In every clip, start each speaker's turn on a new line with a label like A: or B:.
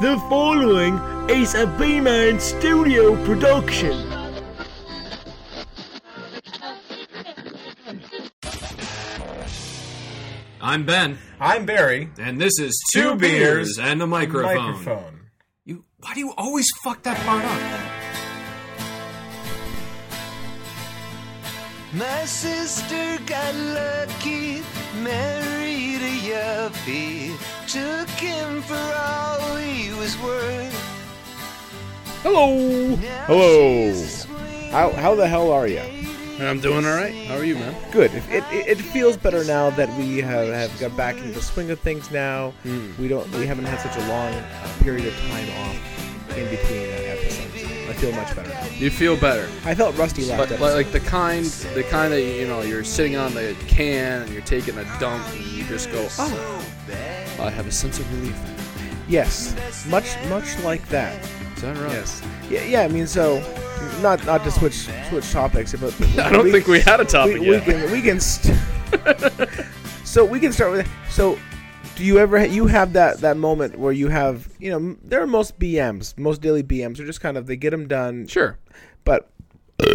A: The following is a B Man Studio production.
B: I'm Ben,
C: I'm Barry.
B: and this is
C: Two Beers
B: and a microphone.
C: Microphone.
B: You, why do you always fuck that part up?
D: My sister got lucky, married a yuppie, took him for all he was worth.
E: Hello.
D: Now
F: Hello.
D: she's a swing
F: How how the hell are you?
E: I'm doing all right. How are you, man?
F: Good. It, it, it it feels better now that we have, have got back into the swing of things. Now
E: Hmm.
F: we don't we haven't had such a long uh, period of time off in between uh, episodes. I feel much better. now.
E: You feel better,
F: I felt rusty
E: but
F: last
E: but,
F: episode.
E: like the kind, the kind that you know you're sitting on the can and you're taking a dump and you just go, oh, I have a sense of relief.
F: yes, much much like that.
E: Is that right?
F: Yes. Yeah. Yeah. I mean, so not not to switch switch topics, but
E: I don't think we had a
F: we,
E: topic
F: we
E: yet.
F: can we can st- so we can start with so do you ever ha- you have that that moment where you have you know m- there are most bms most daily bms are just kind of they get them done
E: Sure.
F: but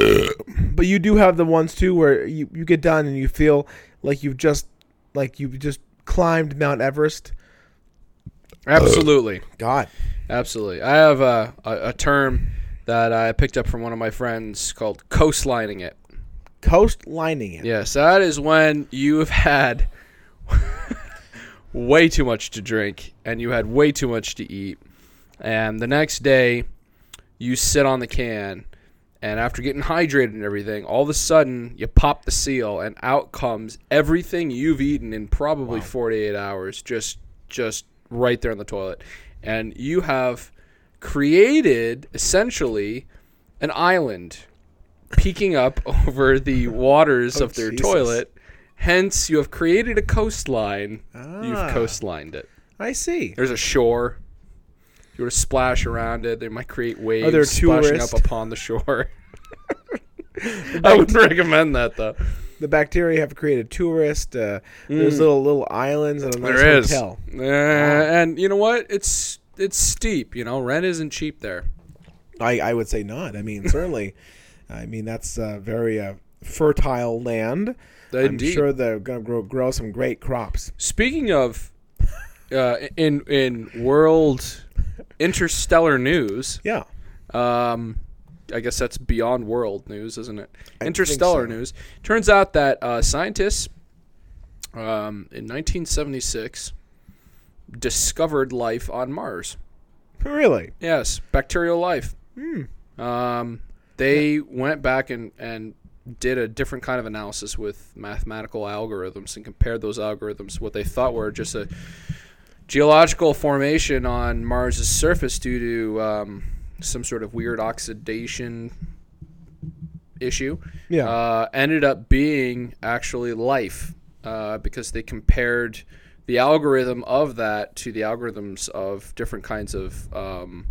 F: but you do have the ones too where you, you get done and you feel like you've just like you've just climbed mount everest
E: Absolutely.
F: god
E: Absolutely. I have a, a, a term that I picked up from one of my friends called coastlining it.
F: coast lining it
E: Yes, that is when you've had way too much to drink and you had way too much to eat. And the next day, you sit on the can. And after getting hydrated and everything, all of a sudden you pop the seal, and out comes everything you've eaten in probably 48 hours, just just right there in the toilet. And you have created essentially an island peeking up over the waters of their
F: Jesus.
E: toilet. Hence, you have created a coastline. You've coastlined it.
F: i see
E: There's a shore. If You were to splash around it. They might create waves
F: there
E: splashing
F: tourists?
E: up upon the shore. I would recommend that though.
F: the bacteria have created tourist uh, there's little little islands and a nice
E: Mm. There is,
F: hotel
E: Uh, and you know what? It's it's steep. You know, rent isn't cheap there.
F: I, I would say not. I mean, certainly. I mean, that's uh, very uh, fertile land.
E: Indeed.
F: I'm sure they're going to grow, grow some great crops.
E: Speaking of, uh, in in world interstellar news,
F: Yeah.
E: Um, I guess that's beyond world news, isn't it?
F: think
E: Interstellar
F: so.
E: news. Turns out that uh, scientists um, in 1976 discovered life on Mars.
F: Really?
E: Yes, bacterial life. Um, they went back and, and did a different kind of analysis with mathematical algorithms and compared those algorithms to what they thought were just a geological formation on Mars's surface due to um, some sort of weird oxidation issue.
F: Yeah.
E: Uh, ended up being actually life uh, because they compared the algorithm of that to the algorithms of different kinds of um,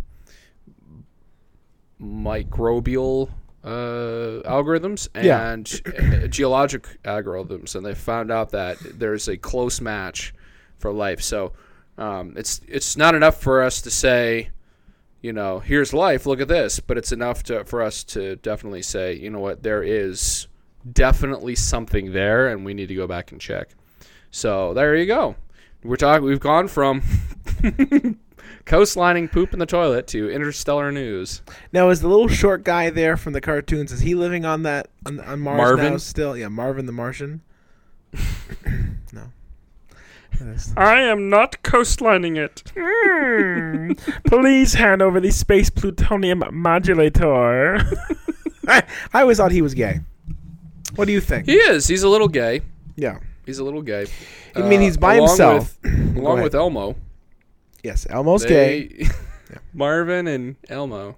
E: microbial uh, algorithms
F: Yeah.
E: and uh, geologic algorithms, and they found out that there's a close match for life. So um, it's it's not enough for us to say, you know, here's life. Look at this, but it's enough to, for us to definitely say, you know what, there is definitely something there, and we need to go back and check. So there you go. We're talking. We've gone from coastlining poop in the toilet to interstellar news.
F: Now, is the little short guy there from the cartoons, is he living on that, on, on Mars now
E: Marvin?
F: still? Yeah, Marvin the Martian. no.
G: I am not coastlining it. Please hand over the space plutonium modulator.
F: I, I always thought he was gay. What do you think?
E: He is. He's a little gay.
F: yeah.
E: He's a little gay. Uh,
F: I mean, he's by
E: along
F: himself.
E: With, along
F: ahead.
E: with Elmo.
F: Yes, Elmo's gay.
E: They- Marvin and Elmo.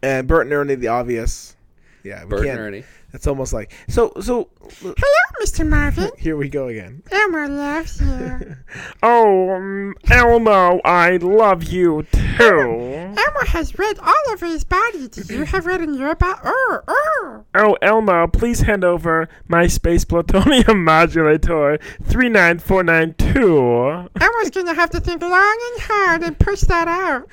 F: And Bert and Ernie, the obvious. Yeah, we
E: Bert
F: can't-
E: and Ernie.
F: It's almost like so. So
H: Hello, Mr. Marvin.
F: here we go again.
H: Elmer loves you.
G: oh, um, Elmo, I love you too.
H: Elmer has read all over his body. Did you have read in your body? Oh, oh.
G: Oh, Elmo, please hand over my space plutonium modulator 39492.
H: I was gonna have to think long and hard and push that out.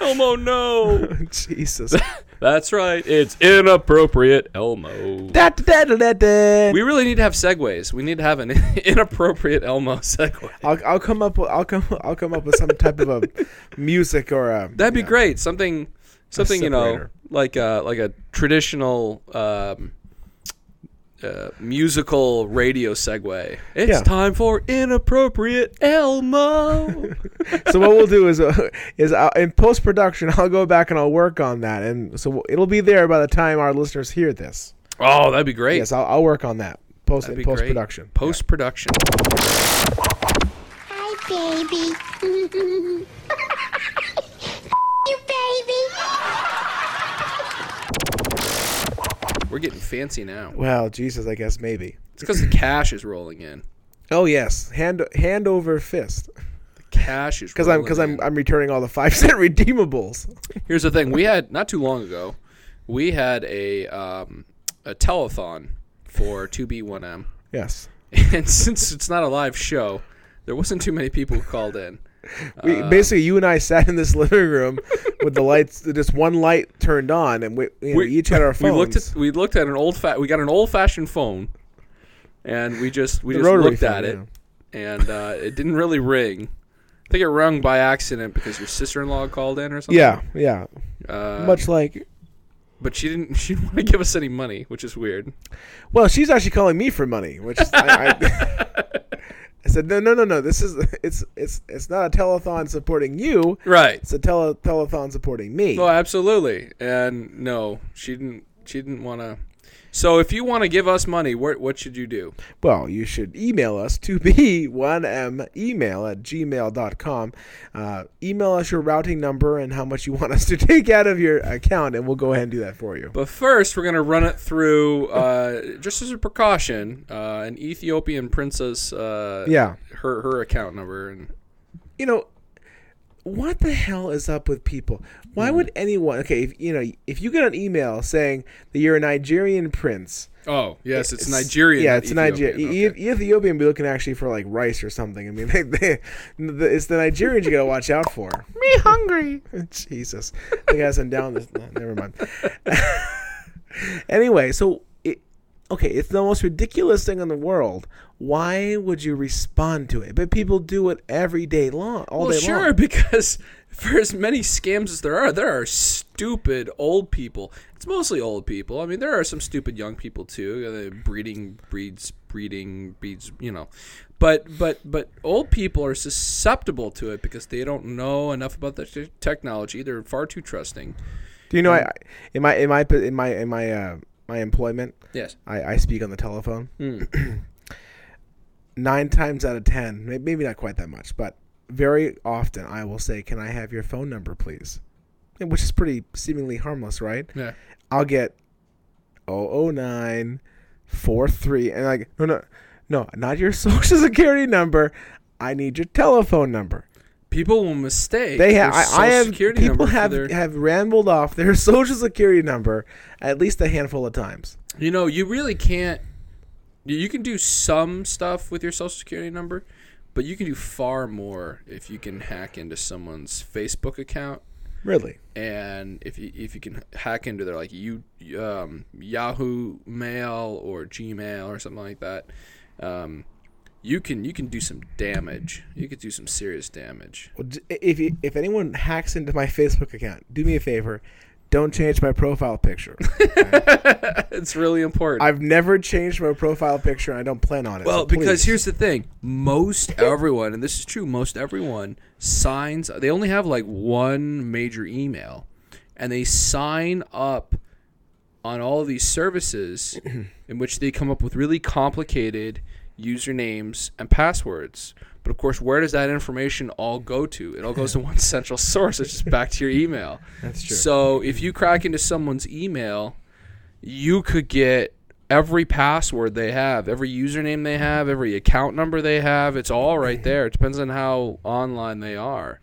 E: Elmo, no.
F: Jesus.
E: That's right. It's inappropriate, Elmo.
F: da, da, da, da, da.
E: we really need to have segues. We need to have an inappropriate Elmo segue.
F: I'll, I'll come up with I'll come I'll come up with some type of a music or a
E: That'd be
F: you know,
E: great. Something, something you know,
F: separator.
E: like a like a traditional um, uh, musical radio segue. It's
F: Yeah.
E: time for inappropriate Elmo.
F: so what we'll do is uh, is uh, in post production I'll go back and I'll work on that, and so it'll be there by the time our listeners hear this.
E: oh, that'd be great.
F: Yes, I'll, I'll work on that post
E: That'd be great.
F: post production.
E: Post production.
C: Hi, baby. you, baby.
E: We're getting fancy now.
F: Well, Jesus, I guess maybe.
E: It's because the cash is rolling in.
F: Oh yes, hand hand over fist.
E: Cash is
F: Because I'm
E: rolling
F: because I'm
E: in.
F: I'm returning all the five cent redeemables.
E: Here's the thing: we had not too long ago, we had a um, a telethon for 2B1M,
F: Yes,
E: and since it's not a live show, there wasn't too many people who called in.
F: we
E: Uh,
F: basically you and I sat in this living room with the lights, just one light turned on, and we, you know, we each had our phones.
E: We looked at we looked at an old fa- we got an old fashioned phone, and we just we
F: The
E: just
F: rotary
E: looked
F: phone,
E: at it, and uh, it didn't really ring. I think it rung by accident because your sister in law called in or something.
F: yeah, yeah,
E: uh,
F: much like.
E: but she didn't she didn't want to give us any money, which is weird.
F: Well, she's actually calling me for money, which I, I, I said no, no, no, no. This is it's it's it's not a telethon supporting you.
E: Right.
F: It's a tele, telethon supporting me.
E: Oh, absolutely. And no, she didn't. She didn't want to. So, if you want to give us money, what what should you do?
F: Well, you should email us to be one m email at gmail.com. Uh, email us your routing number and how much you want us to take out of your account, and we'll go ahead and do that for you.
E: But first, we're gonna run it through, uh, just as a precaution, uh, an Ethiopian princess. Uh,
F: Yeah,
E: Her her account number and
F: you know what the hell is up with people? Why
E: Mm.
F: would anyone? Okay, if, you know, if you get an email saying that you're a Nigerian prince,
E: oh yes, it's, Nigerian.
F: Yeah,
E: not
F: it's
E: Ethiopian.
F: Nigerian. E-
E: Okay.
F: Ethiopian be looking actually for like rice or something. I mean, they, they, it's the Nigerians you gotta watch out for.
H: Me hungry.
F: Jesus, I got some down. This, no, never mind. anyway, so it, okay, it's the most ridiculous thing in the world. Why would you respond to it? But people do it every day long, all
E: Well,
F: day
E: sure,
F: long.
E: because for as many scams as there are, there are stupid old people. It's mostly old people. I mean, there are some stupid young people too. Uh, breeding breeds breeding breeds. You know, but but but old people are susceptible to it because they don't know enough about the t- technology. They're far too trusting.
F: Do you know? I, I- in my in my in my in my uh, my employment,
E: Yes.
F: I, I speak on the telephone. Nine times out of ten, may- maybe not quite that much, but very often I will say, "Can I have your phone number, please?" And Which is pretty seemingly harmless, right?
E: Yeah.
F: I'll get 009 43 and like no no no not your social security number. I need your telephone number.
E: People will mistake.
F: They
E: their
F: have I, I
E: social
F: have
E: security
F: people
E: number for
F: have
E: their-
F: have rambled off their social security number at least a handful of times.
E: You know, you really can't. you- You can do some stuff with your social security number, but you can do far more if you can hack into someone's Facebook account
F: Really?
E: and if you if you can hack into their like you um, Yahoo Mail or Gmail or something like that. Um, you can you can do some damage. You could do some serious damage.
F: Well, j- if you, if anyone hacks into my Facebook account, do me a favor, don't change my profile picture.
E: It's really important.
F: I've never changed my profile picture, and I don't plan on it.
E: Well,
F: so
E: because
F: please.
E: here's the thing: most everyone, and this is true, most everyone signs. They only have like one major email, and they sign up on all of these services, in which they come up with really complicated usernames and passwords. But of course, where does that information all go to? It all goes to one central source, which is back to your email. That's
F: true.
E: So if you crack into someone's email, you could get every password they have, every username they have, every account number Mm-hmm. they have. It's all right there. It depends on how online they are.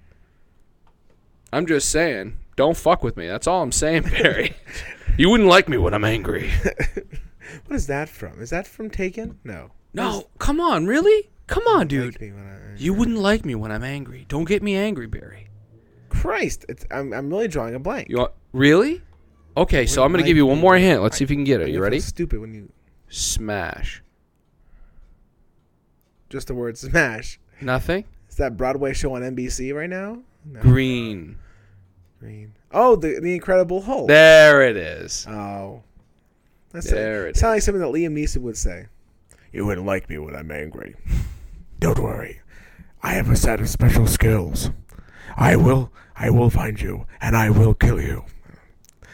E: I'm just saying, don't fuck with me. That's all I'm saying, Barry. you wouldn't like me when I'm angry.
F: What is that from? Is that from Taken? No.
E: No, come on, really? Come on,
F: Like
E: dude.
F: me when I-
E: You wouldn't like me when I'm angry. Don't get me angry, Barry.
F: Christ, it's, I'm, I'm really drawing a blank.
E: You want, really? Okay, so I'm gonna
F: like
E: give you one
F: me.
E: more hint. Let's see if you can get it.
F: You
E: You
F: feel
E: ready?
F: Stupid when you
E: Smash.
F: just the word smash.
E: Nothing.
F: Is that Broadway show on NBC right now? No.
E: Green.
F: Green. Oh, the the Incredible Hulk.
E: There it is.
F: oh, that's
E: There
F: it.
E: it
F: Sounds like something that Liam Neeson would say. You wouldn't like me when I'm angry. Don't worry, I have a set of special skills. I will, I will find you, and I will kill you.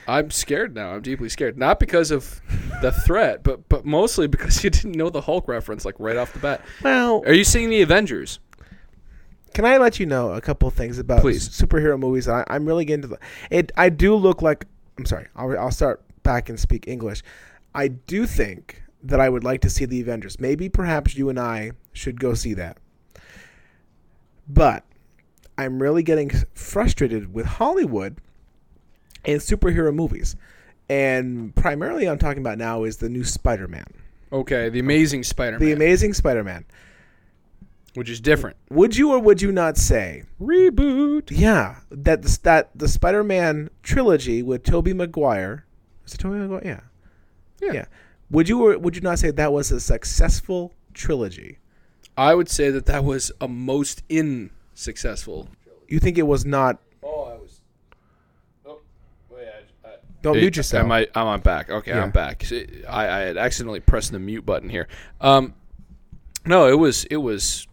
E: I'm scared now. I'm deeply scared. Not because of the threat, but but mostly because you didn't know the Hulk reference like right off the bat.
F: Well,
E: Are you seeing the Avengers?
F: Can I let you know a couple things about
E: Please.
F: superhero movies? I, I'm really getting to the. It. I do look like. I'm sorry. I'll, I'll start back and speak English. I do think that I would like to see the Avengers. Maybe, perhaps you and I should go see that. But I'm really getting frustrated with Hollywood and superhero movies, and primarily I'm talking about now is the new Spider-Man,
E: Okay, the Amazing Spider-Man,
F: the Amazing Spider-Man.
E: which is different.
F: Would you or would you not say
E: Reboot.
F: Yeah, that the that the Spider-Man trilogy with Tobey Maguire. Is it Tobey Maguire? Yeah.
E: Yeah.
F: Would you or would you not say that was a successful trilogy?
E: I would say that that was a most in successful.
F: You think it was not?
E: Oh, I was. Oh, wait, I, I,
F: Don't mute yourself.
E: Am I, am on back. Okay,
F: Yeah.
E: I'm back. See, I, I had accidentally pressed the mute button here. Um, no, it was it was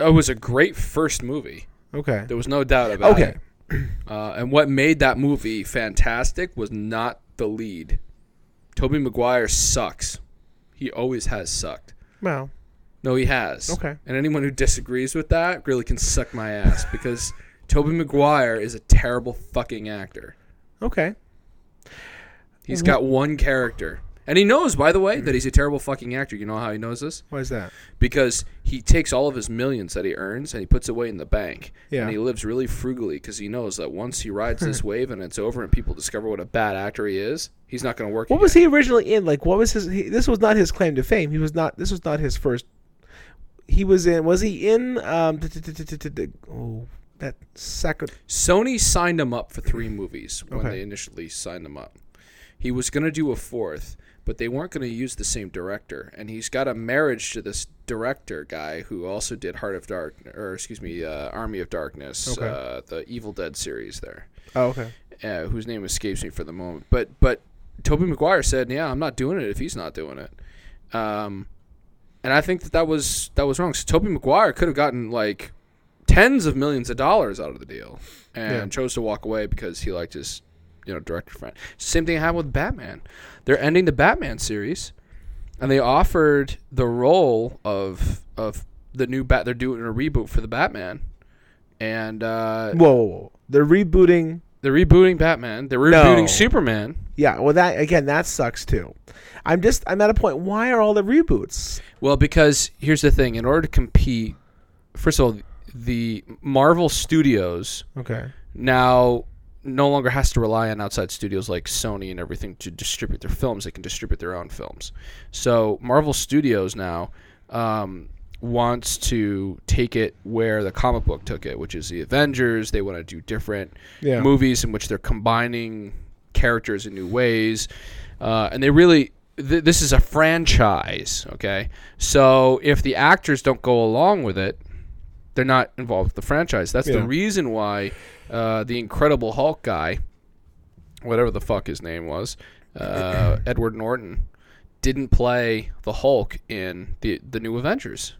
E: it was a great first movie.
F: okay.
E: There was no doubt about
F: Okay.
E: it. Uh, and what made that movie fantastic was not the lead. Toby Maguire sucks. He always has sucked.
F: Well,
E: No, he has.
F: Okay.
E: And anyone who disagrees with that really can suck my ass because Toby Maguire is a terrible fucking actor.
F: okay. Mm-hmm.
E: He's got one character. And he knows, by the way, that he's a terrible fucking actor. You know how he knows this?
F: Why is that?
E: Because he takes all of his millions that he earns and he puts it away in the bank.
F: Yeah. Hmm.
E: And he lives really frugally because he knows that once he rides this wave and it's over and people discover what a bad actor he is, he's not going to work.
F: What
E: again.
F: was he originally in? Like, what was his? He, this was not his claim to fame. He was not. This was not his first. He was in. Was he in? Um. t- t- t- t- t- t- Oh, that sacred.
E: Sony signed him up for three movies when
F: Okay.
E: they initially signed him up. He was going to do a fourth, but they weren't going to use the same director, and he's got a marriage to this director guy who also did Heart of Dark, or excuse me, uh, Army of Darkness,
F: Okay.
E: uh, the Evil Dead series there,
F: Oh, okay.
E: uh, whose name escapes me for the moment. But but Toby Maguire said, "Yeah, I'm not doing it if he's not doing it," um, and I think that that was that was wrong. So Toby Maguire could have gotten like tens of millions of dollars out of the deal and
F: Yeah.
E: chose to walk away because he liked his you know director friend same thing happened with batman they're ending the batman series and they offered the role of of the new bat they're doing a reboot for the batman and uh,
F: Whoa, whoa, whoa. They're rebooting
E: they're rebooting batman they're rebooting superman
F: Yeah, well that again that sucks too. I'm just I'm at a point why are all the reboots?
E: Well, because here's the thing: in order to compete, first of all, the Marvel Studios
F: Okay.
E: now no longer has to rely on outside studios like Sony and everything to distribute their films. They can distribute their own films. So Marvel Studios now um, wants to take it where the comic book took it, which is the Avengers. They want to do different
F: Yeah.
E: movies in which they're combining characters in new ways, uh, and they really. Th- this is a franchise, okay? So if the actors don't go along with it, they're not involved with the franchise. That's the
F: Yeah.
E: reason why uh, the Incredible Hulk guy, whatever the fuck his name was, uh, Edward Norton, didn't play the Hulk in the the new Avengers.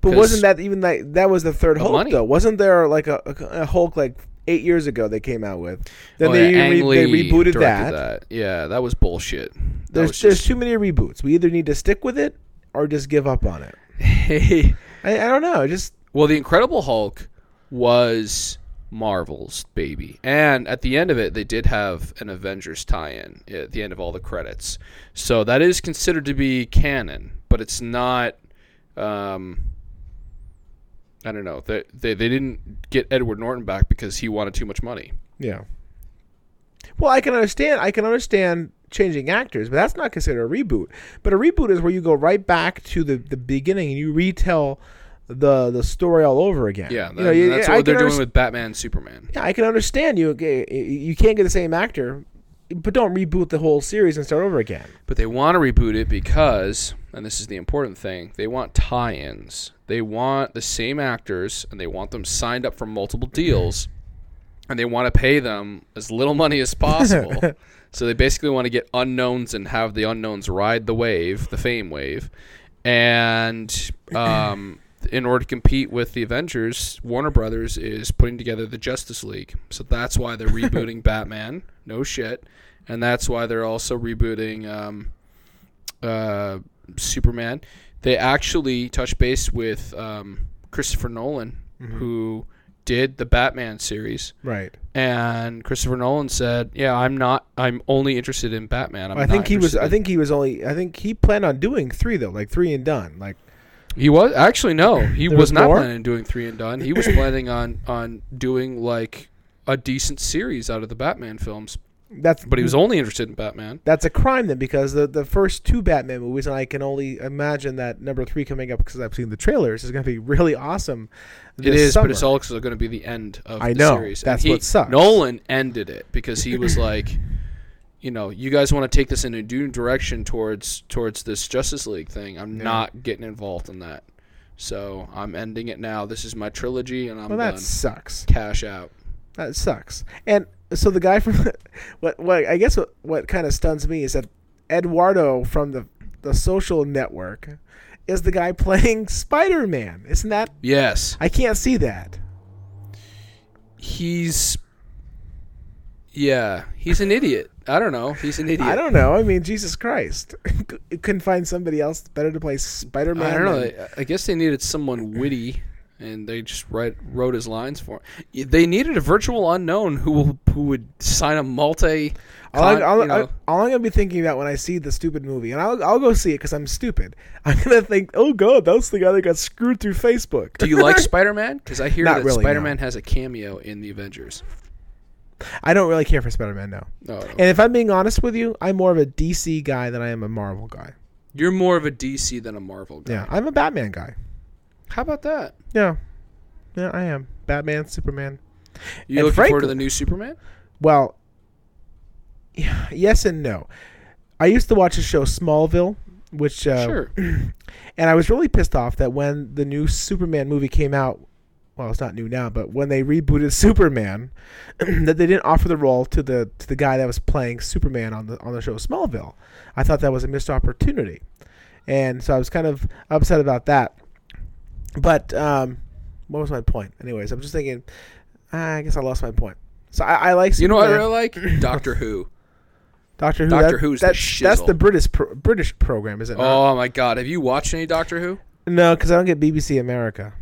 F: But
E: 'Cause-
F: wasn't that even like that was the third Hulk
E: money.
F: though? Wasn't there like a, a, a Hulk like eight years ago they came out with? Then
E: Oh,
F: they,
E: yeah,
F: re-
E: Ang
F: they
E: Lee
F: rebooted
E: directed
F: that.
E: Yeah, that was bullshit. That
F: There's
E: was
F: there's
E: just-
F: too many reboots. We either need to stick with it or just give up on it. I, I don't know. I Just
E: Well, the Incredible Hulk was Marvel's baby, and at the end of it, they did have an Avengers tie-in at the end of all the credits. So that is considered to be canon, but it's not. Um, I don't know. They, they they didn't get Edward Norton back because he wanted too much money.
F: Yeah. Well, I can understand. I can understand changing actors, but that's not considered a reboot. But a reboot is where you go right back to the, the beginning and you retell the the story all over again.
E: Yeah,
F: You
E: that-
F: know, you-
E: that's
F: I
E: what they're
F: can
E: doing
F: underst-
E: with Batman and Superman.
F: Yeah, I can understand you. You can't get the same actor, but don't reboot the whole series and start over again.
E: But they want to reboot it because, and this is the important thing, they want tie ins. They want the same actors and they want them signed up for multiple deals and they want to pay them as little money as possible. so they basically want to get unknowns and have the unknowns ride the wave, the fame wave. And um, in order to compete with the Avengers, Warner Brothers is putting together the Justice League. So that's why they're rebooting Batman. No shit. And that's why they're also rebooting um, uh, Superman. They actually touched base with um, Christopher Nolan, who did the Batman series,
F: Right.
E: and Christopher Nolan said, "Yeah, I'm not. I'm only interested in Batman. I'm
F: i think
E: not
F: he was.
E: interested
F: I
E: in-"
F: think he was only. I think he planned on doing three though, like three and done. Like
E: he was actually no. He was,
F: was
E: not
F: more?
E: planning on doing three and done. He was planning on on doing like a decent series out of the Batman films,
F: that's.
E: but he was only interested in Batman.
F: That's a crime then, because the the first two Batman movies, and I can only imagine that number three coming up because I've seen the trailers is going to be really awesome.
E: It
F: this
E: is,
F: summer.
E: but it's also going to be the end of
F: I
E: the
F: know.
E: series.
F: That's
E: And he-
F: what sucks.
E: Nolan ended it because he was like, you know, you guys want to take this in a new direction towards towards this Justice League thing. I'm not getting involved in that. So I'm ending it now. This is my trilogy, and I'm
F: Well,
E: done.
F: that sucks.
E: Cash out.
F: That sucks. And so the guy from what what I guess what, what kind of stuns me is that Eduardo from the the social network is the guy playing Spider Man. Isn't that
E: Yes,
F: I can't see that.
E: he's. Yeah, he's an idiot. I don't know. He's an idiot.
F: I don't know. I mean, Jesus Christ. C- Couldn't find somebody else better to play Spider Man.
E: I don't know. I- I guess they needed someone witty, and they just write, wrote his lines for him. They needed a virtual unknown who will, who would sign a multi.
F: All, I,
E: con-
F: all,
E: you know.
F: all I'm gonna be thinking about when I see the stupid movie, and I'll, I'll go see it because I'm stupid. I'm gonna think, oh god, that's the guy that got screwed through Facebook.
E: Do you like Spider Man? Because I hear
F: Not
E: that
F: really, no.
E: Spider Man has a cameo in the Avengers. Oh,
F: I don't really care for Spider Man, no.
E: No, no.
F: And if I'm being honest with you, I'm more of a DC guy than I am a Marvel guy.
E: you're more of a DC than a Marvel guy.
F: Yeah, I'm a Batman guy.
E: How about that?
F: Yeah, yeah, I am Batman, Superman.
E: You
F: And
E: looking forward to
F: frankly-
E: the new Superman?
F: Well, yes and no. I used to watch the show Smallville, which uh,
E: Sure.
F: and I was really pissed off that when the new Superman movie came out, well, it's not new now, but when they rebooted Superman, that they didn't offer the role to the to the guy that was playing Superman on the on the show Smallville. I thought that was a missed opportunity, and so I was kind of upset about that. But um, what was my point? Anyways, I'm just thinking. ah, I guess I lost my point. So I, I like
E: You know what I
F: Superman.
E: really like? Doctor Who.
F: Doctor Who.
E: Doctor
F: that-
E: Who's
F: that-
E: the
F: that's
E: shizzle.
F: the British pro- British program, is it? Not?
E: Oh my God! Have you watched any Doctor Who?
F: No, because I don't get BBC America.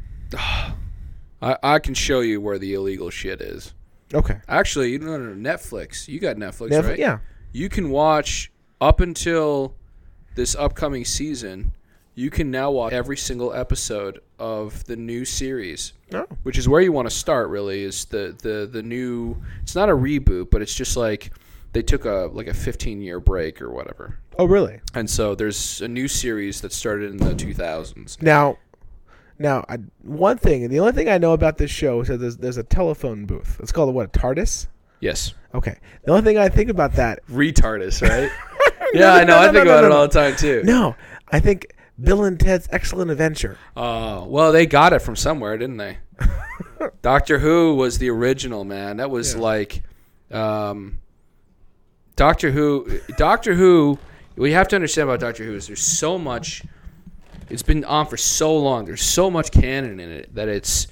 E: I, I can show you where the illegal shit is.
F: Okay.
E: Actually, you no, no, no, Netflix. You got Netflix,
F: Netflix-
E: right?
F: yeah.
E: You can watch up until this upcoming season. You can now watch every single episode of the new series,
F: Oh.
E: which is where you want to start. Really, is the the the new. It's not a reboot, but it's just like they took a like a 15 year break or whatever,
F: Oh, really?
E: and so there's a new series that started in the 2000s.
F: Now, now, I, one thing, and the only thing I know about this show is that there's, there's a telephone booth. It's called a, what? A TARDIS?
E: Yes,
F: Okay. The only thing I think about that.
E: retardus, right? yeah, I know.
F: no,
E: I
F: no,
E: think
F: no,
E: about
F: no,
E: it
F: no.
E: all the time too.
F: No, I think Bill and Ted's Excellent Adventure.
E: Oh, well, they got it from somewhere, didn't they? Doctor Who was the original, man. That was like um, Doctor Who Doctor Who we have to understand about Doctor Who is there's so much it's been on for so long. There's so much canon in it that it's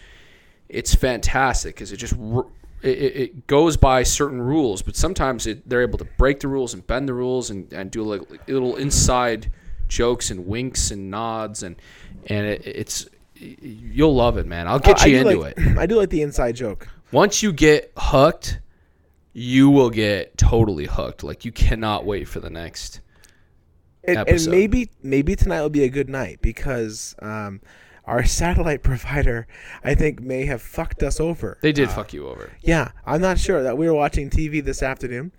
E: it's fantastic because it just r- it, it- it goes by certain rules, but sometimes it, they're able to break the rules and bend the rules and, and do like little inside jokes and winks and nods and and it, it's you'll love it, man. I'll get
F: I
E: you
F: do
E: into
F: like-
E: it.
F: I do like the inside joke.
E: Once you get hooked, you will get totally hooked. Like you cannot wait for the next.
F: And, and
E: episode.
F: maybe maybe tonight will be a good night because um, our satellite provider, I think, may have fucked us over.
E: They did fuck you over.
F: Yeah, I'm not sure that we were watching TV this afternoon,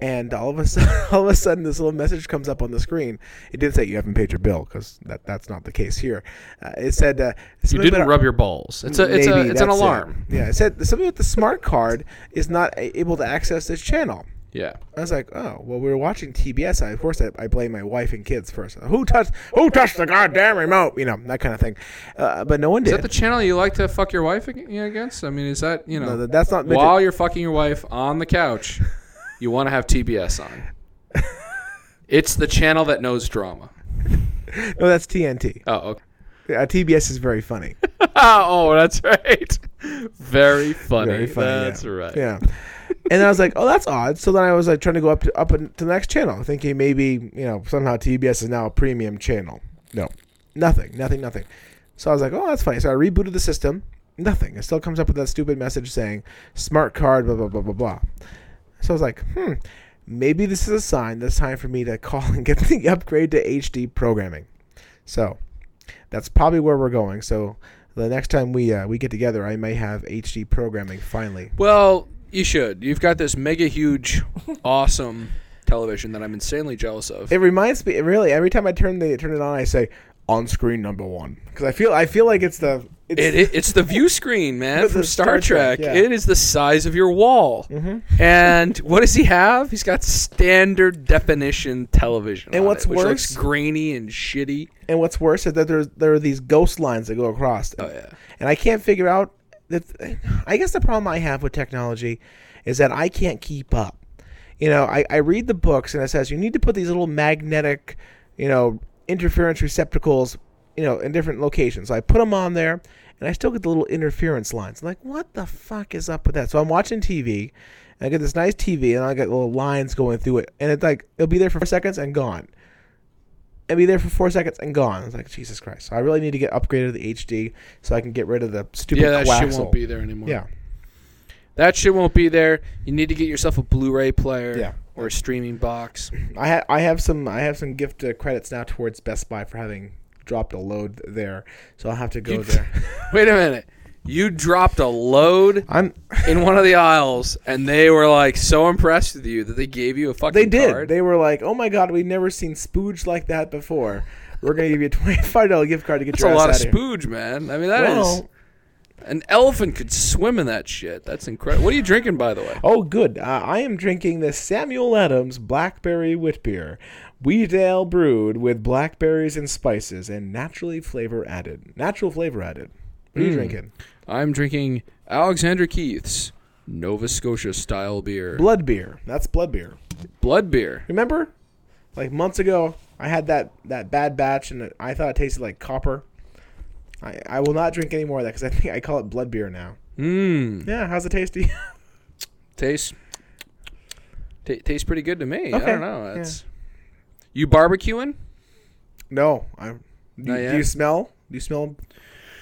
F: and all of a sudden, all of a sudden, this little message comes up on the screen. It didn't say you haven't paid your bill because that that's not the case here. Uh, it said uh,
E: You didn't rub your balls. It's a it's a it's an alarm.
F: Yeah, it said something with the smart card is not a- able to access this channel.
E: Yeah.
F: I was like, oh, well, we were watching TBS. I, of course, I, I blame my wife and kids first. Who touched Who touched the goddamn remote? You know that kind of thing. Uh, but no one
E: Is
F: did.
E: that the channel you like to fuck your wife ag- yeah, against? I mean, is that you know?
F: No, that- that's not midget-
E: While you're fucking your wife on the couch, you want to have TBS on. it's the channel that knows drama.
F: no, that's TNT.
E: Oh, okay.
F: Uh, TBS is very funny.
E: oh, that's right. Very funny.
F: Very funny. yeah.
E: that's right.
F: Yeah. And I was like, oh, that's odd. So then I was like trying to go up to, up in- to the next channel, thinking maybe you know somehow TBS is now a premium channel. No, nothing, nothing, nothing. So I was like, oh, that's funny. So I rebooted the system. Nothing. It still comes up with that stupid message saying smart card, blah blah blah blah blah. So I was like, hmm, maybe this is a sign. That's time for me to call and get the upgrade to HD programming. So that's probably where we're going. So the next time we uh, we get together, I may have HD programming finally.
E: Well, you should. You've got this mega huge, awesome television that I'm insanely jealous of.
F: It reminds me really every time I turn the turn it on, I say on screen number one because I feel I feel like it's the it's,
E: It, it, it's the view screen, man,
F: With
E: from
F: the
E: Star,
F: Star Trek,
E: Trek.
F: yeah. Mm-hmm.
E: It is the size of your wall. And what does he have? He's got standard definition television.
F: And
E: on
F: what's
E: it, which looks
F: worse-
E: grainy and shitty.
F: and what's worse is that there's there are these ghost lines that go across. Oh
E: yeah.
F: and I can't figure out that. I guess the problem I have with technology is that I can't keep up. You know, I, I read the books and it says you need to put these little magnetic, you know, interference receptacles, you know, in different locations. So I put them on there, and I still get the little interference lines. I'm like, what the fuck is up with that? So I'm watching TV, and I get this nice TV, and I get little lines going through it, and it's like it'll be there for four seconds and gone and be there for four seconds and gone. I was like, Jesus Christ. So I really need to get upgraded to the HD so I can get rid of the stupid
E: Yeah, that shit
F: quaxel.
E: won't be there anymore.
F: Yeah.
E: That shit won't be there. You need to get yourself a Blu-ray player
F: Yeah.
E: or a streaming box.
F: I ha- I have some I have some gift uh, credits now towards Best Buy for having dropped a load there. So I'll have to go there.
E: Wait a minute. You dropped a load
F: I'm
E: in one of the aisles, and they were like so impressed with you that they gave you a fucking
F: they did.
E: card.
F: They were like, "Oh my god, we've never seen spooge like that before. We're going to give you a $25 gift card to get
E: That's
F: your
E: a
F: ass
E: lot of
F: out here."
E: spooge, man. I mean, that is
F: Well-
E: an elephant could swim in that shit. That's incredible. What are you drinking, by the way?
F: Oh, good. Uh, I am drinking the Samuel Adams Blackberry Wit Beer, wheat ale brewed with blackberries and spices and naturally flavor added. Natural flavor added. What are
E: Hmm.
F: you drinking?
E: I'm drinking Alexander Keith's Nova Scotia style beer,
F: Blood beer. That's blood beer.
E: blood beer.
F: Remember, like months ago, I had that that bad batch and I thought it tasted like copper. I, I will not drink any more of that because I think I call it blood beer now.
E: Mmm,
F: Yeah, how's it tasty?
E: tastes ta tastes pretty good to me. I
F: Okay,
E: don't know. It's you barbecuing?
F: no, I'm. Do,
E: Not
F: you-
E: yet?
F: do you smell? Do you smell?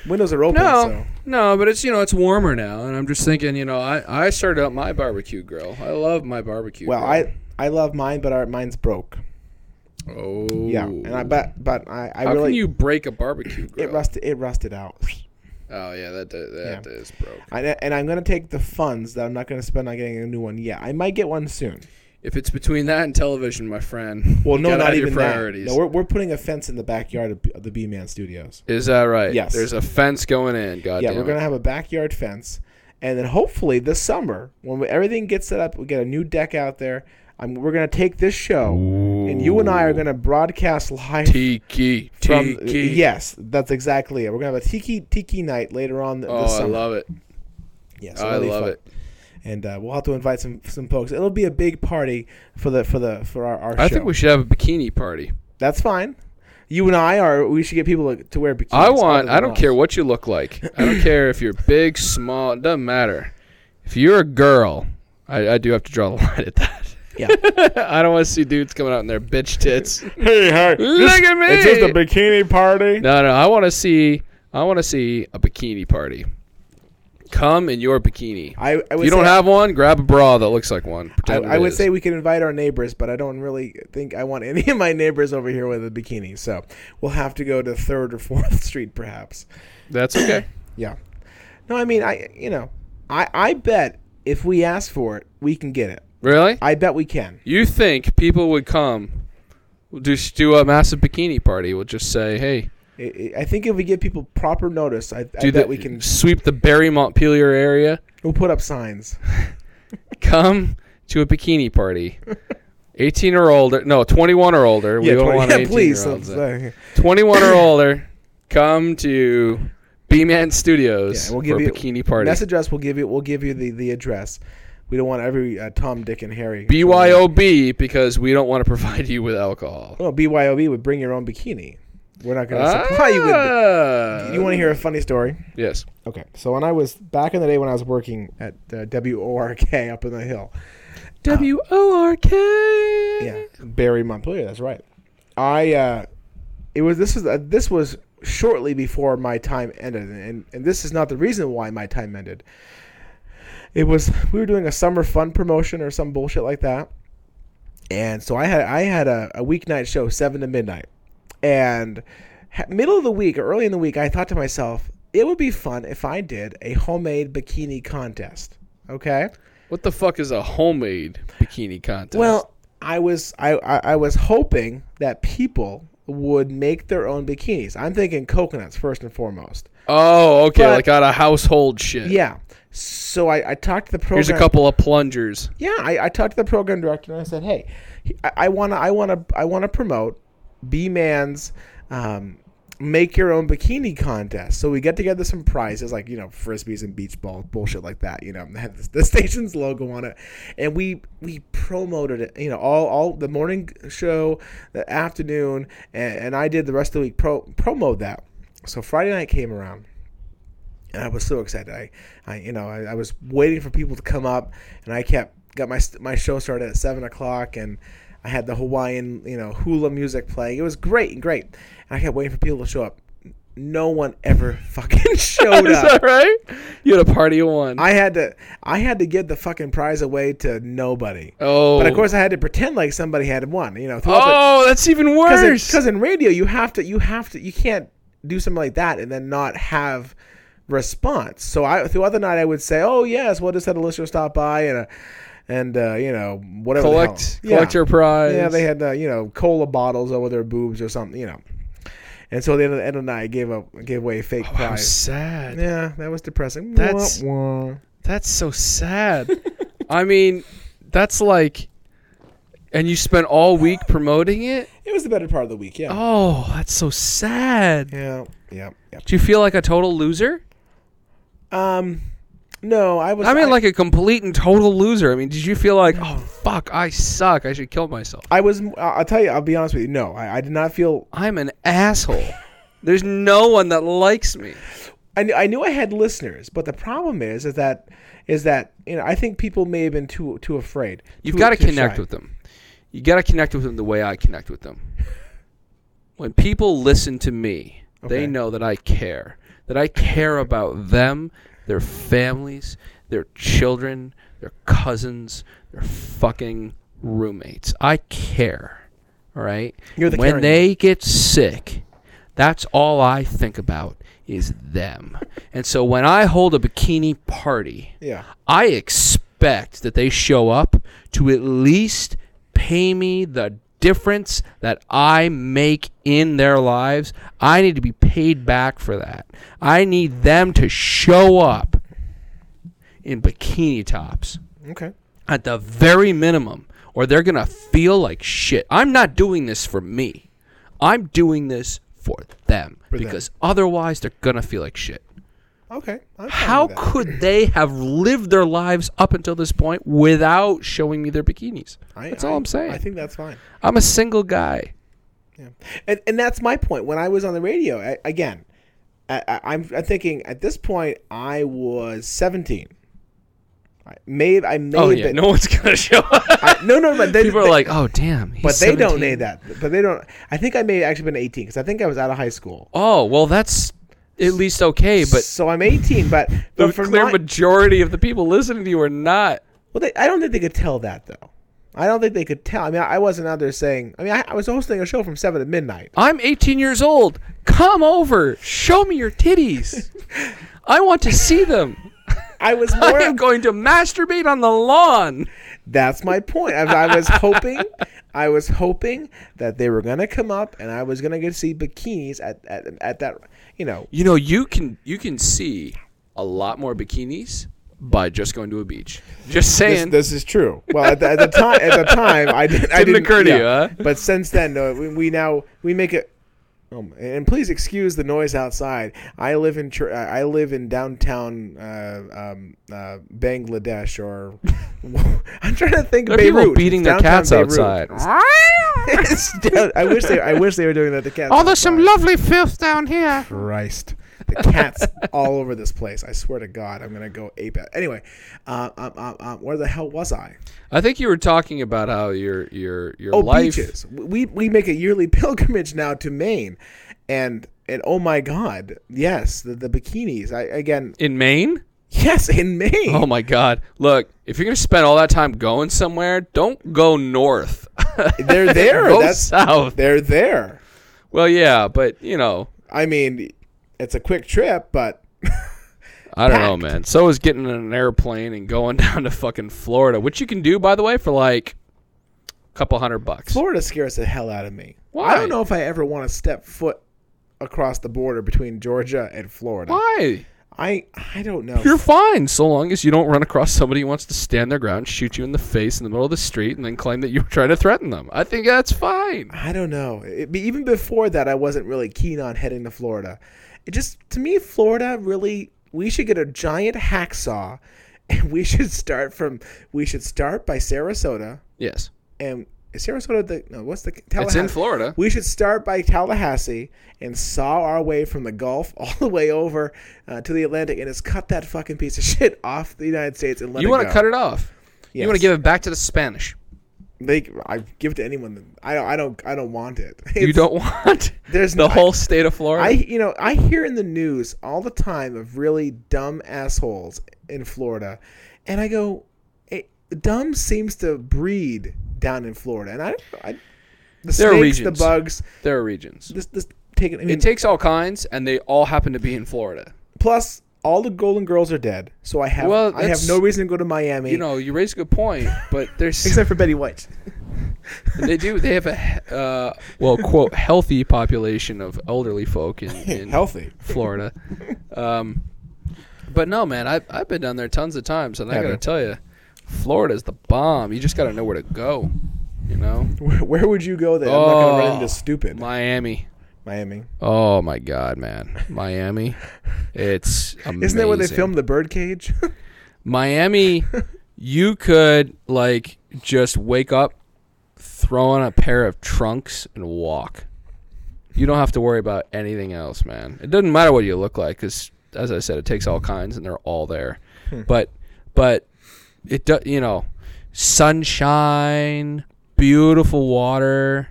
F: Windows are open.
E: No,
F: So.
E: no, but it's you know it's warmer now, and I'm just thinking you know I I started up my barbecue grill. I love my barbecue.
F: Well,
E: grill.
F: I I love mine, but our, mine's broke.
E: oh
F: Yeah, and I but but I, I
E: How
F: really
E: can you break a barbecue grill?
F: it rusted it rusted out.
E: oh yeah, that that, that
F: Yeah.
E: is broke.
F: I, and I'm gonna take the funds that I'm not gonna spend on getting a new one yet. I might get one soon.
E: If it's between that and television, my friend.
F: Well, no,
E: get out
F: not
E: of your
F: even
E: priorities.
F: that. No, we're we're putting a fence in the backyard of, B- of the B Man Studios.
E: Is that right?
F: Yes.
E: There's a fence going in. God
F: yeah,
E: damn
F: we're gonna
E: it.
F: have a backyard fence, and then hopefully this summer when we, everything gets set up, we get a new deck out there. I'm, we're gonna take this show, and you and I are gonna broadcast live.
E: tiki
F: from uh,
E: tiki.
F: yes, that's exactly it. We're gonna have a tiki tiki night later on th-
E: Oh,
F: this
E: I
F: summer.
E: love it.
F: Yes,
E: I
F: it'll be
E: love
F: fun.
E: it.
F: and uh, we'll have to invite some some folks. It'll be a big party for the for the for our, our
E: I
F: show.
E: think we should have a bikini party.
F: That's fine. You and I are. We should get people to, to wear bikinis.
E: I want.
F: other
E: I
F: than
E: don't
F: us.
E: care what you look like. I don't care if you're big, small. It doesn't matter. If you're a girl, I, I do have to draw the line at that.
F: Yeah.
E: I don't want to see dudes coming out in their bitch tits.
G: Hey, hey.
E: Look at me.
G: It's just a bikini party.
E: No, no. I want to see. I want to see a bikini party. Come in your bikini.
F: I, I
E: if
F: would
E: you don't
F: say-
E: have one, grab a bra that looks like one.
F: I,
E: Pretend
F: I
E: it
F: would
E: is.
F: say we can invite our neighbors, but I don't really think I want any of my neighbors over here with a bikini. So we'll have to go to Third or Fourth Street, perhaps.
E: that's okay.
F: Yeah. No, I mean, I you know, I I bet if we ask for it, we can get it.
E: Really?
F: I bet we can.
E: You think people would come, just do a massive bikini party? We'll just say, hey,
F: I, I I think if we give people proper notice, I, I
E: do
F: bet
E: that.
F: we can.
E: sweep the Barry Montpelier area.
F: We'll put up signs.
E: Come to a bikini party. 18 or older, no, 21 or older. we don't
F: 20
E: want 18
F: please. uh,
E: year
F: so-
E: olds.
F: so- yeah,
E: 21 or older, come to B-Man Studios
F: we'll give
E: for
F: you
E: a bikini party.
F: Message us. We'll give you. We'll give you the the address. We don't want every uh, Tom, Dick, and Harry.
E: BYOB because we don't want to provide you with alcohol.
F: Well, BYOB would bring your own bikini. We're not going to supply you with.
E: Ah.
F: You want to hear a funny story?
E: Yes.
F: Okay, so when I was back in the day when I was working at uh, WORK up in the hill,
E: W O R K.
F: yeah, Barry Montpelier. That's right. I uh, it was this was uh, this was shortly before my time ended, and and this is not the reason why my time ended. It was we were doing a summer fun promotion or some bullshit like that, and so I had I had a, a weeknight show seven to midnight, and ha- middle of the week or early in the week I thought to myself it would be fun if I did a homemade bikini contest. Okay.
E: What the fuck is a homemade bikini contest?
F: Well, I was I, I, I was hoping that people would make their own bikinis. I'm thinking coconuts first and foremost.
E: oh, okay,
F: but-
E: like out of household shit.
F: Yeah. So I, I talked to the program.
E: Here's a couple of plungers.
F: Yeah, I, I talked to the program director and I said, hey, I- I want to I want to I want to promote B Man's um, make your own bikini contest. So we get together some prizes like you know frisbees and beach ball bullshit like that. You know, and had the, the station's logo on it, and we we promoted it. You know, all all the morning show, the afternoon, and, and I did the rest of the week pro promote that. So Friday night came around and I was so excited. I, I you know, I, I was waiting for people to come up, and I kept got my st- my show started at seven o'clock, and I had the Hawaiian you know hula music playing. It was great, great. And I kept waiting for people to show up. No one ever fucking showed
E: Is
F: up.
E: that right? You had a party of one.
F: I had to I had to give the fucking prize away to nobody.
E: oh,
F: But of course, I had to pretend like somebody had won. You know, throughout the-
E: Oh, that's even worse.
F: because in, radio you have to you have to you can't do something like that and then not have response. So I throughout the night I would say, oh yes, we'll just had a listener stop by and uh and uh, you know whatever the
E: collect
F: hell.
E: collect
F: Yeah.
E: your prize.
F: Yeah, they had uh, you know cola bottles over their boobs or something, you know. And so at the end of the, end of the night, I gave up gave away a fake
E: How
F: prize.
E: sad.
F: Yeah, that was depressing.
E: That's-
F: Wah, wah.
E: That's so sad. I mean, that's like, and you spent all week promoting it.
F: it was the better part of the week. Yeah.
E: Oh, that's so sad.
F: Yeah. Yeah. Yeah.
E: Do you feel like a total loser?
F: Um, no, I was.
E: I mean, like a complete and total loser. I mean, did you feel like, oh fuck, I suck. I should kill myself.
F: I was. I'll tell you. I'll be honest with you. No, I, I did not feel
E: I'm an asshole. There's no one that likes me.
F: I, kn- I knew I had listeners, but the problem is, is that, is that you know, I think people may have been too too afraid.
E: You've
F: too-
E: got to
F: too
E: connect
F: shy.
E: with them. You got to connect with them the way I connect with them. When people listen to me,
F: Okay.
E: they know that I care. That I care about them, their families, their children, their cousins, their fucking roommates. I care. All right?
F: You're the
E: when
F: caring
E: they get sick, that's all I think about is them. and so when I hold a bikini party,
F: Yeah.
E: I expect that they show up to at least pay me the difference that I make in their lives. I need to be paid back for that. I need them to show up in bikini tops
F: Okay.
E: at the very minimum, or they're going to feel like shit. I'm not doing this for me. I'm doing this for
F: them.
E: them because otherwise they're going to feel like shit.
F: Okay. I'm fine
E: How
F: with that.
E: could they have lived their lives up until this point without showing me their bikinis?
F: I-
E: That's
F: I-
E: all I'm saying.
F: I think that's fine.
E: I'm a single guy.
F: and, and that's my point. When I was on the radio, I, again, I, I, I'm, I'm thinking at this point I was 17. I may have, I may
E: Oh
F: have
E: yeah,
F: been,
E: no one's gonna show up.
F: I- no, no, but they,
E: People are
F: they-
E: like, oh damn. he's
F: but they don't
E: 17."
F: need that. But they don't. I think I may have actually been 18 because I think I was out of high school.
E: Oh well, that's at least okay, but
F: so I'm 18, but,
E: the
F: but for
E: clear
F: my-
E: majority of the people listening to you are not.
F: Well, they, I don't think they could tell that though. I don't think they could tell. I mean, I, I wasn't out there saying. I mean, I, I was hosting a show from seven to midnight.
E: I'm 18 years old. Come over. Show me your titties. I want to see them.
F: I was
E: I am
F: more.
E: going to masturbate on the lawn.
F: that's my point. I, I was hoping, I was hoping that they were gonna come up and I was gonna get to see bikinis at at, at that. You know,
E: You know, you can you can see a lot more bikinis by just going to a beach. Just
F: this,
E: saying.
F: this is true. Well, at the, at the time, at the time, I didn't. I
E: Didn't
F: didn't
E: occur to you, huh?
F: But since then, no, we, we now we make it. Um, and please excuse the noise outside. I live in Tr- I live in downtown uh, um, uh, Bangladesh, or I'm trying to think.
E: there are
F: Beirut
E: people beating
F: It's
E: their
F: downtown
E: cats
F: Beirut.
E: outside.
F: It's down- I wish they I wish they were doing that to cats.
H: Oh, there's some
F: outside.
H: lovely filth down here.
F: Christ. The cat's all over this place. I swear to God, I'm gonna go ape it. Anyway, uh, um, um, um, where the hell was I?
E: I think you were talking about how your your your
F: Oh,
E: life.
F: beaches. We we make a yearly pilgrimage now to Maine, and and oh my God, yes, the, the bikinis. I again,
E: In Maine?
F: yes, in Maine.
E: Oh my God! Look, if you're gonna spend all that time going somewhere, don't go north.
F: they're there.
E: go
F: That's
E: south.
F: they're there.
E: Well, yeah, but you know,
F: I mean, it's a quick trip, but
E: I don't know, man. So is getting in an airplane and going down to fucking Florida, which you can do, by the way, for like a couple hundred bucks.
F: Florida scares the hell out of me.
E: Why?
F: I don't know if I ever want to step foot across the border between Georgia and Florida.
E: Why?
F: I I don't know.
E: You're fine so long as you don't run across somebody who wants to stand their ground, shoot you in the face in the middle of the street, and then claim that you were trying to threaten them. I think that's fine.
F: I don't know. It, be- even before that, I wasn't really keen on heading to Florida. It just to me, Florida really. We should get a giant hacksaw, and we should start from. We should start by Sarasota,
E: Yes.
F: and is Sarasota the no? What's the
E: It's
F: Tallahassee?
E: in Florida.
F: We should start by Tallahassee and saw our way from the Gulf all the way over uh, to the Atlantic, and just cut that fucking piece of shit off the United States and let
E: You
F: want
E: want to cut it off. You want to give it back to the Spanish.
F: They, I give it to anyone. that- I don't. I don't. I don't want it.
E: you don't want
F: there's
E: the
F: no-
E: whole state of Florida.
F: I you know I hear in the news all the time of really dumb assholes in Florida, and I go, it, dumb seems to breed down in Florida, and I, I the
E: There are
F: snakes, the
E: regions.
F: bugs,
E: there are regions.
F: this this take it. I mean,
E: It takes all kinds, and they all happen to be in Florida.
F: plus all the Golden Girls are dead, so I have
E: Well,
F: I have
E: that's-
F: no reason to go to Miami,
E: You know, you raise a good point, but there's
F: except for Betty White.
E: they do they have a he- uh, well quote healthy population of elderly folk in, in
F: Healthy.
E: Florida. Um, but no, man, I I've been down there tons of times, and I
F: Have
E: gotta
F: you?
E: tell you, Florida's the bomb. You just gotta know where to go. You know,
F: Where, where would you go that I'm not gonna
E: Oh,
F: run into stupid
E: Miami.
F: Miami?
E: Oh my God, man, Miami. It's amazing.
F: Isn't that where they filmed the Birdcage?
E: Miami, you could like just wake up, throw on a pair of trunks and walk. You don't have to worry about anything else, man. It doesn't matter what you look like cuz as I said it takes all kinds and they're all there. But but it does, you know, sunshine, beautiful water,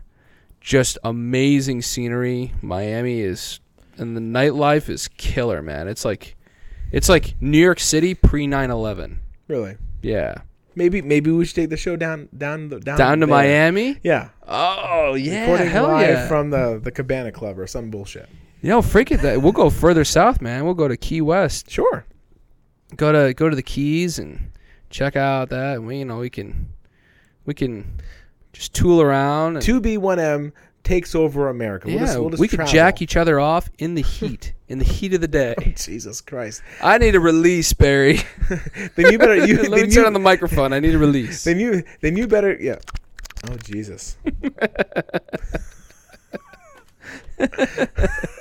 E: just amazing scenery. Miami is and the nightlife is killer, man. It's like it's like New York City pre 9/11.
F: really?
E: Yeah.
F: Maybe maybe we should take the show down down the down
E: Down to
F: there.
E: Miami?
F: Yeah.
E: Oh, yeah.
F: recording
E: hell
F: live
E: yeah.
F: from the the Cabana Club or some bullshit.
E: you know, freak it that we'll go further south, man. We'll go to Key West.
F: Sure.
E: Go to go to the Keys and check out that and we you know, we can we can just tool around and
F: Two B one M takes over America. We'll
E: yeah,
F: just, we'll just
E: we could
F: travel.
E: jack each other off in the heat, in the heat of the day.
F: Jesus Christ!
E: I need a release, Barry.
F: Then you better you
E: Let
F: then
E: me
F: you,
E: turn on the microphone. I need a release.
F: then you then you better yeah. Oh Jesus!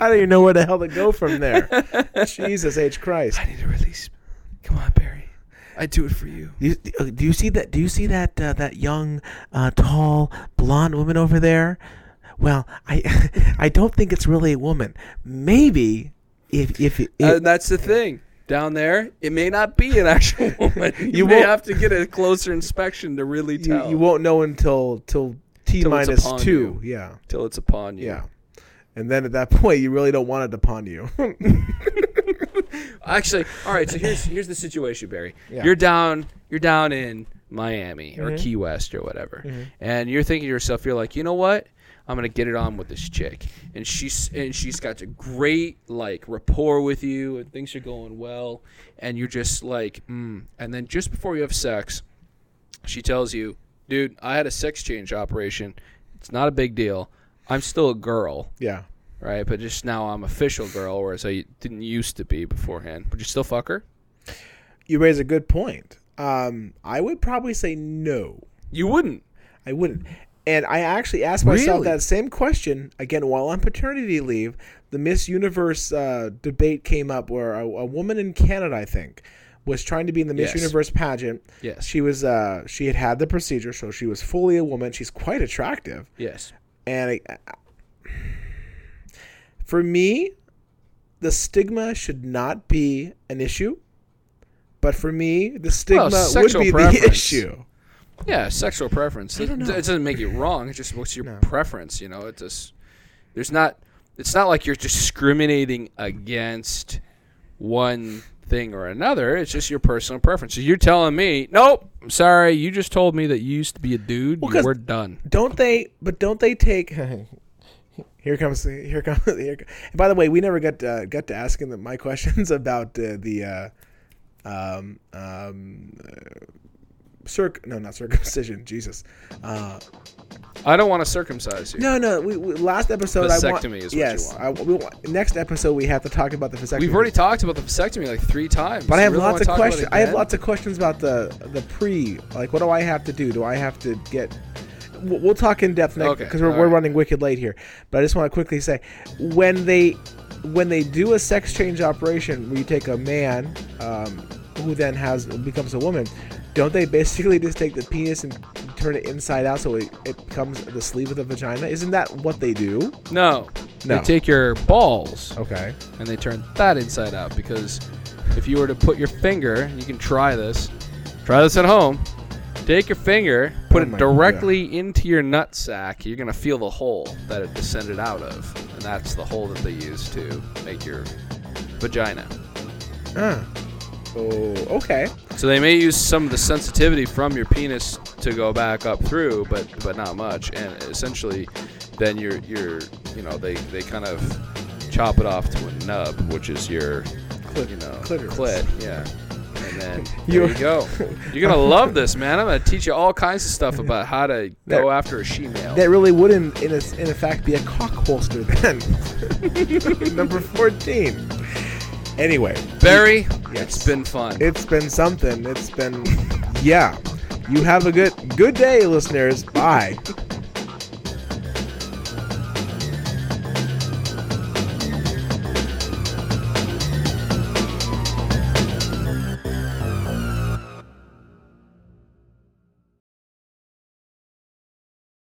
F: I don't even know where the hell to go from there. Jesus H Christ!
E: I need a release. Come on, Barry. I do it for you.
F: Do you, uh, do you see that? Do you see that? Uh, that young, uh, tall, blonde woman over there? Well, I, I don't think it's really a woman. Maybe if if, it
E: And that's the thing. Down there, it may not be an actual woman. You,
F: You
E: may
F: won't-
E: have to get a closer inspection to really
F: you,
E: tell.
F: you won't know until till t
E: Till it's
F: minus
E: upon
F: two.
E: you.
F: Yeah,
E: till it's upon you.
F: yeah. And then at that point, you really don't want it upon you.
E: Actually, all right. So here's here's the situation, Barry.
F: Yeah.
E: You're down. You're down in Miami or Key West or whatever, and you're thinking to yourself, you're like, you know what? I'm gonna get it on with this chick, and she's and she's got a great like rapport with you, and things are going well, and you're just like, mm. and then just before you have sex, she tells you, dude, I had a sex change operation. It's not a big deal. I'm still a girl
F: yeah.
E: right? But just now I'm official girl, whereas I didn't used to be beforehand. Would you still fuck her?
F: You raise a good point. Um, I would probably say no.
E: You wouldn't.
F: I wouldn't. And I actually asked myself
E: Really?
F: that same question again while on paternity leave. The Miss Universe uh, debate came up where a, a woman in Canada, I think, was trying to be in the Miss
E: Yes.
F: Universe pageant.
E: Yes.
F: she was. Uh, she had had the procedure, so she was fully a woman. She's quite attractive,
E: Yes.
F: and I, for me, the stigma should not be an issue. But for me, the stigma would
E: sexual
F: be
E: preference.
F: the issue.
E: Yeah, sexual preference. It, it doesn't make you wrong. It's just what's your preference, you know? It just there's not it's not like you're discriminating against one thing or another. It's just your personal preference. So you're telling me, nope, I'm sorry, you just told me that you used to be a dude.
F: Well,
E: you
F: 'cause-
E: we're done.
F: don't they but don't they take here comes here comes here co- and by the way we never got to, got to asking them my questions about uh, the uh um um uh, circ no not circumcision jesus uh
E: I don't want to circumcise you.
F: no no we, we last episode i
E: Vasectomy
F: want
E: is what you
F: yes
E: want.
F: I, we want next episode we have to talk about the vasectomy
E: We've already talked about the vasectomy like three times.
F: but I
E: You
F: have
E: really wanna
F: lots of
E: talk about it
F: questions. I have
E: again?
F: lots of questions about the the pre. Like, what do I have to do? Do I have to get? We'll we'll talk in depth next
E: Okay,
F: because we're,
E: all
F: we're
E: right.
F: running wicked late here. But I just want to quickly say, when they when they do a sex change operation, where you take a man um, who then has becomes a woman, don't they basically just take the penis and turn it inside out so it, it becomes the sleeve of the vagina? Isn't that what they do?
E: No.
F: No.
E: They take your balls
F: Okay.
E: and they turn that inside out because if you were to put your finger, you can try this. Try this at home. Take your finger, put
F: Oh
E: it
F: my
E: directly into your nut sack. You're gonna feel the hole that it descended out of, and that's the hole that they use to make your vagina.
F: Ah. Oh. Okay.
E: So they may use some of the sensitivity from your penis to go back up through, but but not much. And essentially, then you're you're you know they they kind of chop it off to a nub, which is your
F: Clit-
E: you know
F: clitoris.
E: clit, yeah. And then
F: You-
E: there you go. You're gonna love this, man. I'm gonna teach you all kinds of stuff about how to
F: That-
E: go after a she-male.
F: That really wouldn't, in, a, in effect, be a cock holster then. Number 14. Anyway,
E: Barry,
F: Yes.
E: it's been fun.
F: it's been something. It's been, yeah. You have a good good day, listeners. Bye.